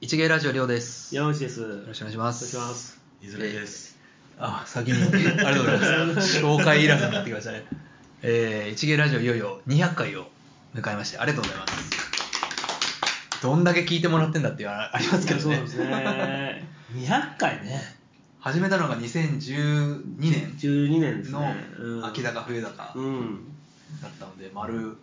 一芸ラジオりょうです。よ山内です。よろしくお願いします。お願いしますいずれです。あ、先に、 ありがとうございます。 紹介いらずになってきましたね。えー、一芸ラジオいよいよ200回を迎えまして、ありがとうございます。どんだけ聞いてもらってんだっていうのはありますけどそうねで。すね。200 回ね。始めたのが2012年12年ですね。うんの秋だか冬だかうん。だったので、丸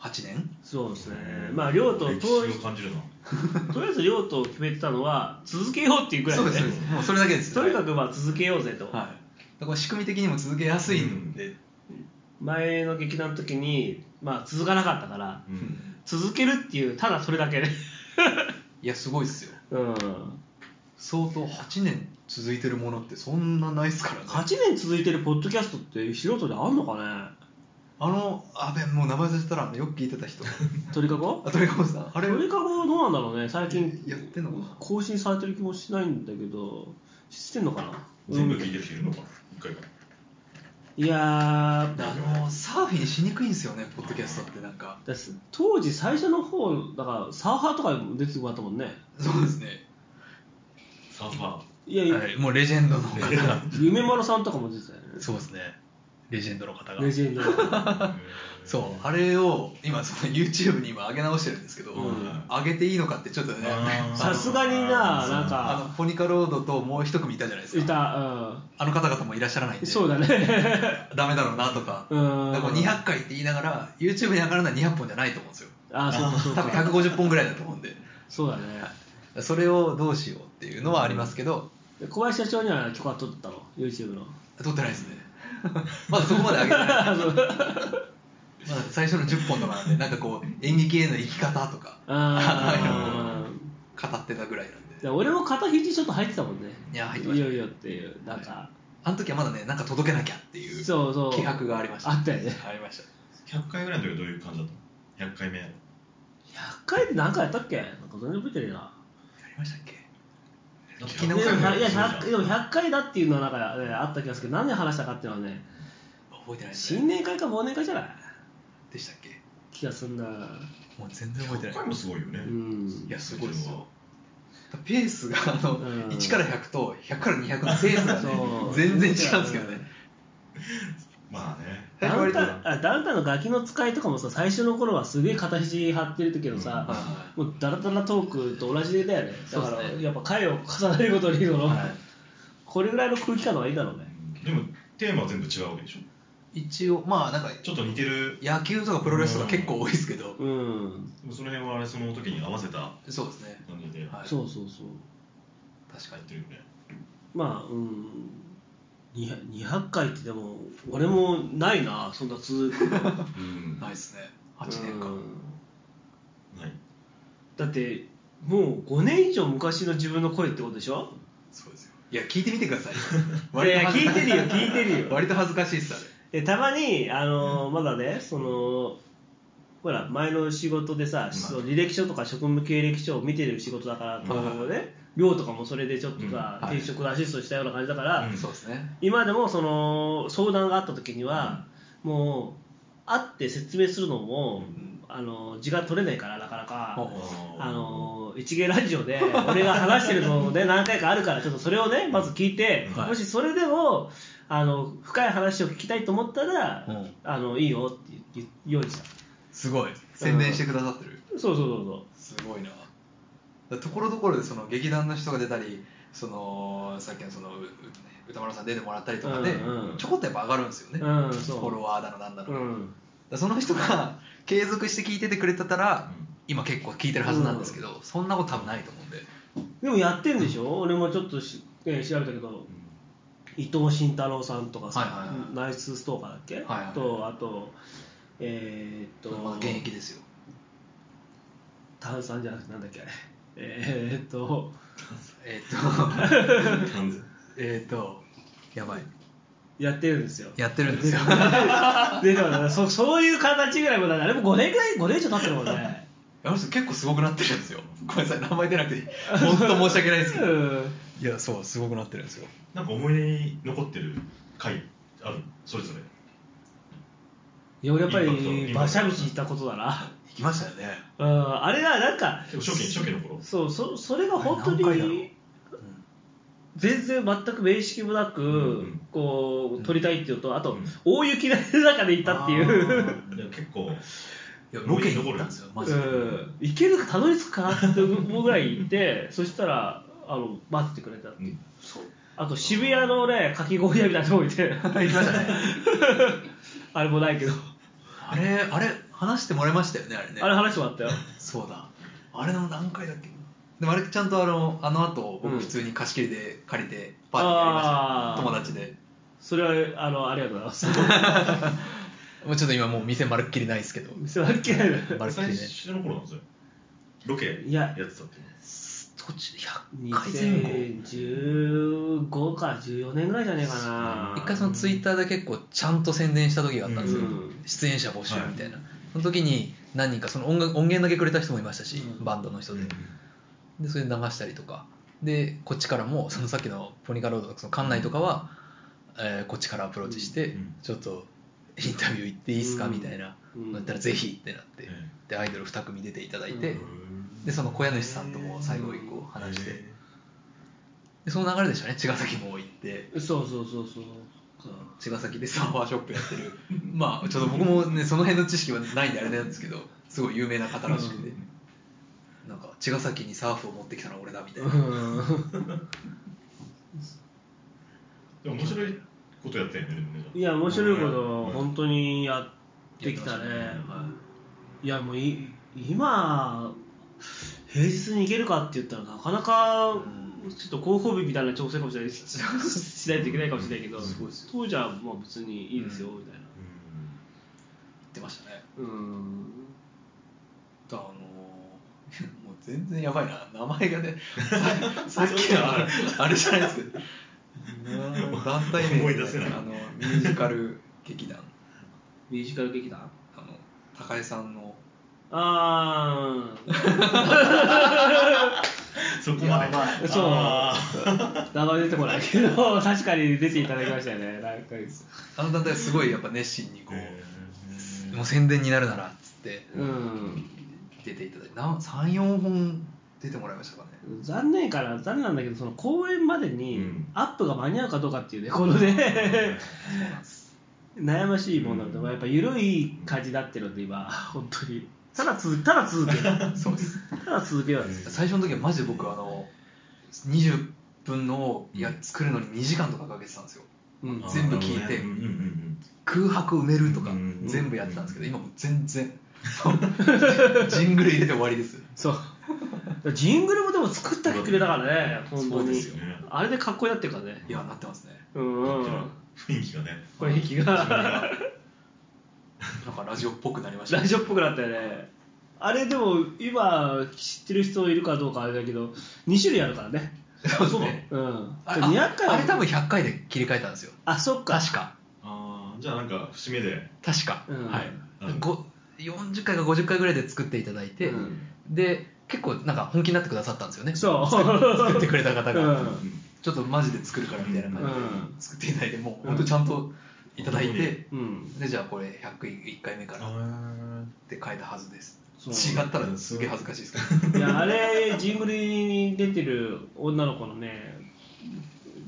8年そうですね。まあ、りょうと歴遠い史を、感じるな。 とりあえずりょうと決めてたのは、続けようっていうくらいそうねです、そうです。もうそれだけです。 とにかくまあ続けようぜと。はい。だから仕組み的にも続けやすいんで、前の劇団の時に、まあ、続かなかったから、うん。続けるっていう、ただそれだ けで。いや、すごいっすよ。うん。相当8年続いてるものってそんなないっすからね8年続いてるポッドキャストって素人であんのかねあのあべもう名前させたらよく聞いてた 人鳥かごあ鳥籠さんあれ鳥かごどうなんだろうね最近やってんのかな更新されてる気もしないんだけどしてんのかな全部聞いてる人いるのかな一回から。いやーあだのサーフィンしにくいんですよねポッドキャストってなん かだす当時最初の方だからサーファーとかも出てもらったもんねそうですね、サーファー。いや、はい、もうレジェンドの方が夢丸さんとかも出てたよね そうですねレジェンドの方がレジェンドだそうあれを今その YouTube に今上げ直してるんですけど、うん上げていいのかってちょっとねあーさすがにななんあのかポニカロードともう一組いたじゃないですいかたあの方々もいらっしゃらないんうんでそうだねダメだ ろうなとかう、んでも200回って言いながら YouTube に上がるのは200本じゃないと思うんですよあそうかそう多分か150本ぐらいだと思うんでそうだねそれをどうしようっていうのはありますけどで小林社長には許可取ったの YouTube の撮ってないです ねまだそこまで上げてないまだ 最初の10本とかなんでなんかこう演劇への生き方とかあー語ってたぐらいなんでで俺も片肘ちょっと入ってたもんねいや入ってましたいよいよっていうなんか、あの時はまだねなんか届けなきゃっていうそうそう気迫がありましたあったよねありました100回ぐらいの時はどういう感じだったの ?100 回目。 100回って何回やったっけなんか全然覚えてねえなやりましたっけ聞いたでもことないいや100で100も100回だっていうのはなんか、ね、あった気がするけど何で話したかっていうのはね覚えてないです新ね年会か忘年会じゃないでしたっけ気がすんだもう全然覚えてない回もすごいよね。うんいや、すごいですよ。ペースがあの、うん1から100と100から200のペースが、ねそ、う全然違うんですけどね。まあね。最初ダウ割ンとタウンあダウンタウンのガキの使いとかもさ最初の頃はすげえ片肘張ってるけどさ、はもうダラダラトークと同じだよねだかそうらですねやっぱ回を重ねるごとにその、はこれぐらいの空気感の方がいいんだろうねでも、テーマは全部違うわけでしょ一応、まあなんか、ちょっと似てる。で野球とかプロレスとか結構多いですけど、うんもその辺はあれ、その時に合わせたそうですね。感じでやはい、そうそうそう確かにっ。てるよね。まあうん200 200回ってでも俺もないなそんな続 くのうん。ないですね。8年う間。んない。だってもう5年以上昔の自分の声ってことでしょそうですよ。いや、聞いてみてください。 いやいや割聞といてるよ聞いてるよ割と恥ずかしいっす、あれ。でたまにあのまだねそのほら前の仕事でさ、んその履歴書とか職務経歴書を見てる仕事だから、こうね寮とかもそれでちょっとさ、うんはい転職のアシストしたような感じだから、うんそうですね。今でもその相談があった時には、もう会って説明するのも、んあの時間取れないからなかほなうか、ほうあの一芸ラジオで 俺が話してるので何回かあるからちょっとそれをねまず聞いて、はいもしそれでもあの深い話を聞きたいと思ったら、うんあのいいよって言うようにしたすごい。宣伝してくださってる。そうそうそうそうすごいなだところどころでその劇団の人が出たりそのさっきのそのうう歌丸さん出てもらったりとかで、うんうんちょこっとやっぱ上がるんですよね、うんそうフォロワーだのなんだの、うだかんらその人が 継続して聞いててくれてたら、うん今結構聞いてるはずなんですけど、そんなこと多分ないと思うんででもやってんでしょ、俺もちょっとし、えー調べたけど、伊藤慎太郎さんとかさ、はいはいはいナイスストーカーだっけ、はいはいとあとえー、っとまだ現役ですよ炭酸じゃなくてなんだっけあれえー、っとえーっと 完全えーっとやばいやってるんですよやってるん ですよ ででもねそそういう形ぐらいもだねあれも5年ぐらい5年以上経ってるもん ねあの人結構すごくなってるんですよごめんなさい名前出なくていい本当申し訳ないですけ うどんいやそうすごくなってるんですよなんか思い出に残ってる回あるそれぞれ。いや俺やっぱインパクトインパりクト馬車道行ったことだな行きましたよね、うんあれがなんかでも初期初期の頃そうそそれが本当あれ何回だろうに全然全く面識もなく、んこう撮りたいっていうのとあと、うん大雪の中で行ったっていうあでも結構いやロケに行ったんですよマジうで、ん行けるかたどり着くかなって思うぐらい行って そしたらあの待っててくれたっていう、うんそうあと渋谷のねかき氷屋みたいなとこ行って 行きましたねあれもないけどあれあれ話してもらいましたよねあれねあれ話してもらったよそうだあれの何回だっけでもあれちゃんとあのあの後う僕ん普通に貸し切りで借りてパーティーやりましたあー友達でそれはあのありがとうございます もうちょっと今もう店まるっきりないですけど店は嫌いだまるっきり最ね初の頃なんですよロケいややってたっていう途中100回前後2015か14年ぐらいじゃねえかな一回そのツイッターで結構ちゃんと宣伝した時があったんですよ、うん出演者募集みたいな、その時に何人かその音楽音源だけくれた人もいましたし、うんバンドの人で,、でそれ流したりとかでこっちからもそのさっきのポニカロードのその館内とかは、えーこっちからアプローチして、うんちょっとインタビュー行っていいですかうんみたいな、うんだったらぜひってなって、えでアイドル2組出ていただいて、うでその小家主さんとも最後以降話して、でその流れでしたね茅ヶ崎も行ってそうそうそうそう茅ヶ崎でサーファーショップやってるまあちょっと僕もねその辺の知識はないんであれなんですけどすごい有名な方らしくて、なんか茅ヶ崎にサーフを持ってきたのは俺だみたいな、でも面白いことやったよねでもねいや面白いことうん本当にやってきたね、はい、いやもうい今平日に行けるかって言ったらなかなかちょっと広報日みたいな調整かもしれないし しないといけないかもしれないけど、そうですよ当時はまあ別にいいですよみたいなうん言ってましたねうんだからあのー もう全然やばいな名前が ねさっきのあれじゃないですけど団体名思い出せないあのミュージカル劇団ミュージカル劇団あの高江さんのあそこまでやばあそうあ ー名前出てこないけど確かに出ていただきましたよね何回あの団体はすごいやっぱ熱心にこう、えーもう宣伝になるならっつってうん出ていただいて34本出てもらいましたかね残念から残念なんだけどその公演までにうんアップが間に合うかどうかっていうねこのね悩ましいもんなんで、やっぱ緩い感じになってるんで今本当にただ続ただ続ける そうですただ続けるんです最初の時はマジで僕あの20分のいや作るのに2時間とかかけてたんですようん全部聞いてうんうんうん空白埋めるとかうん全部やってたんですけど今もう全然ジングル入れて終わりですそうジングルもでも作った曲でだからね本当にそうですよねあれでかっこよくなってるからねいやなってますねうんううんん雰囲気がね雰囲気がなんかラジオっぽくなりましたラジオっぽくなったよねあれでも今知ってる人いるかどうかあれだけど2種類あるからねそうですねうんあ200回ああれ多分100回で切り替えたんですよあそっか確かああじゃあなんか節目で確か、うんはいうんご40回か50回ぐらいで作っていただいて、うんで結構なんか本気になってくださったんですよねそう作ってくれた方が、うんちょっとマジで作るからみたいな感じでうん作っていただいてもう本当ちゃんといただいて、うんでじゃあこれ101回目からっあて書いたはずですそう違ったらすげえ恥ずかしいですけどいやあれジングルに出てる女の子のね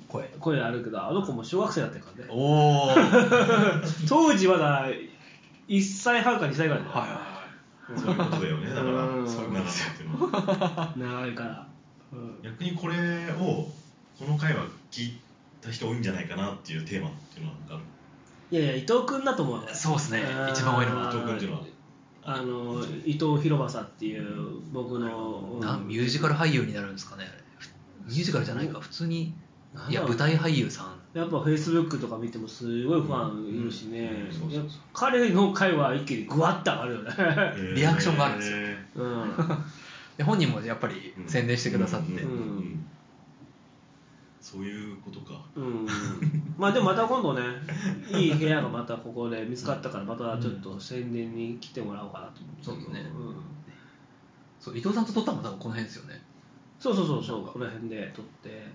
声声あるけどあの子も小学生だったからねおおはいはい当時まだ1歳半か2歳ぐらいだよはーそういうことだよねだからうんそういうことだなっていうのは長いから、うん逆にこれをこの回は聞いた人多いんじゃないかなっていうテーマっていうのはなんかいやいや伊藤君だと思うよいそうですねうん一番多いのあはる伊藤君っていうのはあの伊藤広正っていう僕の、うんなんミュージカル俳優になるんですかねあれミュージカルじゃないか普通にいや舞台俳優さんやっぱフェイスブックとか見てもすごいファンいるしね、うんいや彼の回は一気にグワッと上がるよね リアクションがあるんですよえうんで本人もやっぱりー宣伝してくださって、うんうんうんうそういうことかうん、まあでもまた今度ねいい部屋がまたここで見つかったからまたちょっと宣伝に来てもらおうかなと思そうですねんそう伊藤さんと撮ったのも多分この辺ですよねそうそうそうそうこの辺で撮って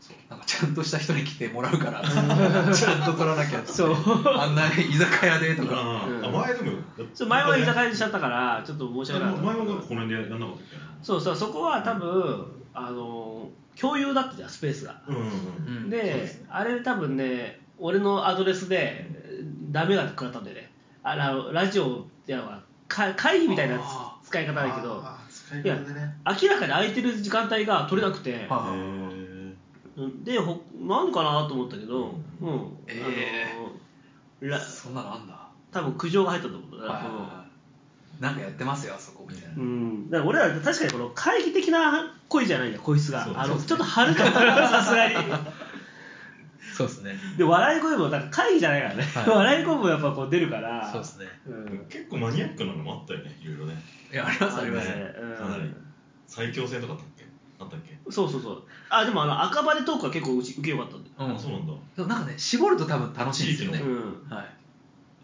そうなんかちゃんとした人に来てもらうから ちゃんと取らなきゃってそうあんな居酒屋でとかあうんーあ前でもちょ前は居酒屋屋にしちゃったからちょっと申し前訳はなないんかこの辺でやんなかったっそうそうそこは多分あの共有だったじゃんスペースが、けなうんうんうんうんであれ多分ね俺のアドレスでダメが食らったんでねあのラジオっていうのはか会議みたいなあ使い方だけどあー使いいや方でね明らかに空いてる時間帯が取れなくて、あへでほなんかなと思ったけど、うんえあのらそんなのあんだ多分苦情が入ったと思うんだはいはいなこのはいなんかやってますよあそこみたいなうん、だから俺ら確かにこの会議的な恋じゃないんだよこいつがそうあそうのですねちょっとはるかったさすがにそうですねで笑い声もなんか会議じゃないからね、はい 笑い声もやっぱこう出るからそうですねうんー結構マニアックなのもあったよねいろいろねいやありますありますあるねうんかなり最強戦とかあったっけあったっけそうそうそうあでもあの赤羽トークは結構うち受けよかったんだよ、うんあそうなんだでもなんかね絞ると多分楽しいですよね地う域ん、はい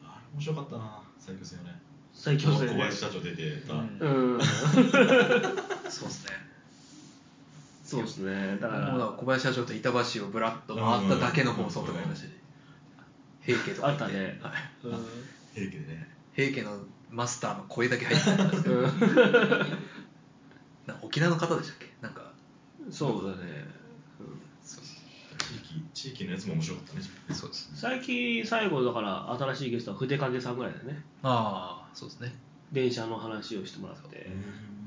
あれ面白かったな最強戦よね最強小戦ね林社長出てた、うんうん そうですねそうですねだかもうだからら小林社長と板橋をぶらっと回っただけの放送とかありましたし平家とか行てあったねはいうん平家でね平家のマスターの声だけ入ってたんですけ どな沖縄の方でしたっけなんかそうだね、うんそう地域地域のやつも面白かったねそうです最近最後だから新しいゲストは筆影さんぐらいだよねああそうですね電車の話をしてもらって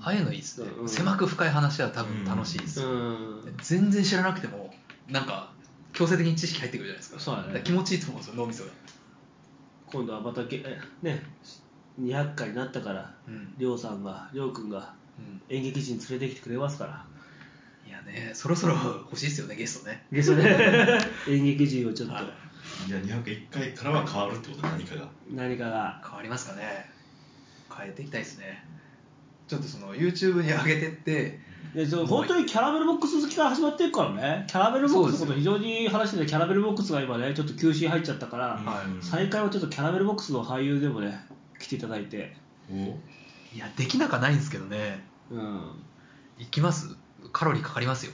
ああいうのいいっすね、うん狭く深い話は多分楽しいっすうよ、ん全然知らなくてもなんか強制的に知識入ってくるじゃないですかそうだねから気持ちいいと思うんですよ脳みそが、今度はまたけえね200回になったからうんりょうさんがりょうくんがうん演劇人連れてきてくれますからいやねそろそろ欲しいっすよねゲストねですよね 演劇人をちょっとはいいや201回からは変わるってこと何かが何かが変わりますかね変えていきたいですねちょっとその YouTube に上げてってでそう本当にキャラメルボックス好きから始まっていくからねキャラメルボックスのこと非常に話しててキャラメルボックスが今ねちょっと休止入っちゃったから、はいうん再開はちょっとキャラメルボックスの俳優でもね来ていただいておいやできなかないんですけどねうん行きますカロリーかかり ますよ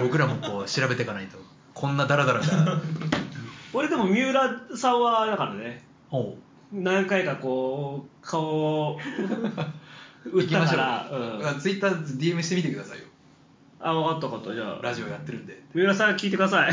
僕らもこう調べていかないとこんなダラダラじゃ 俺でも三浦さんはだからねおう何回かこう顔を打ったからうん、ツイッター DM してみてくださいよあ分かった分かったじゃあラジオやってるんでい三浦さん聞いてください、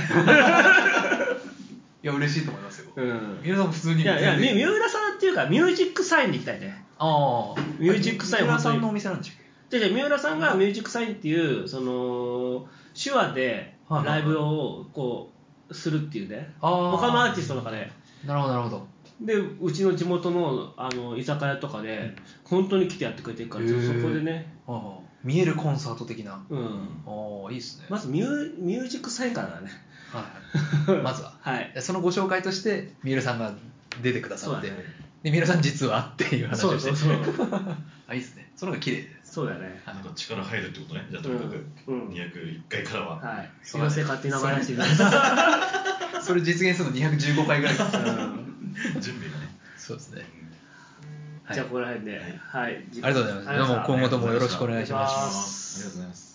や嬉しいと思いますよ、うん、皆さんも普通にいやいや全然み三浦さんっていうかミュージックサインに行きたいねああミュージックサイン三浦さんの本当おに店なんでしたっけじゃあじゃあ三浦さんがミュージックサインっていうその手話ではいはいはラいイブをこうするっていうねあー他のアーティストの中でなるほどなるほどでうちの地元のあの居酒屋とかで本当に来てやってくれてるからちょっとそこでね、ああ見えるコンサート的なうん、ああいいですねまずミューミュージックサインからだねはい はい、まずははいそのご紹介として三浦さんが出てくださって、そうだねで三浦さん実はっていう話そをうしてそうそう あいいですねその方が綺麗ですそうだねなんか力入るってことねじゃあとにかくうんうん201回からは、はいすそいうだねません勝手に名前出していただいてそれ実現するの215回ぐ らい準備がねそうですねはいじゃあここら辺ではいはい、ありありがとうございますどうも今後ともよろしくお願いしますありがとうございます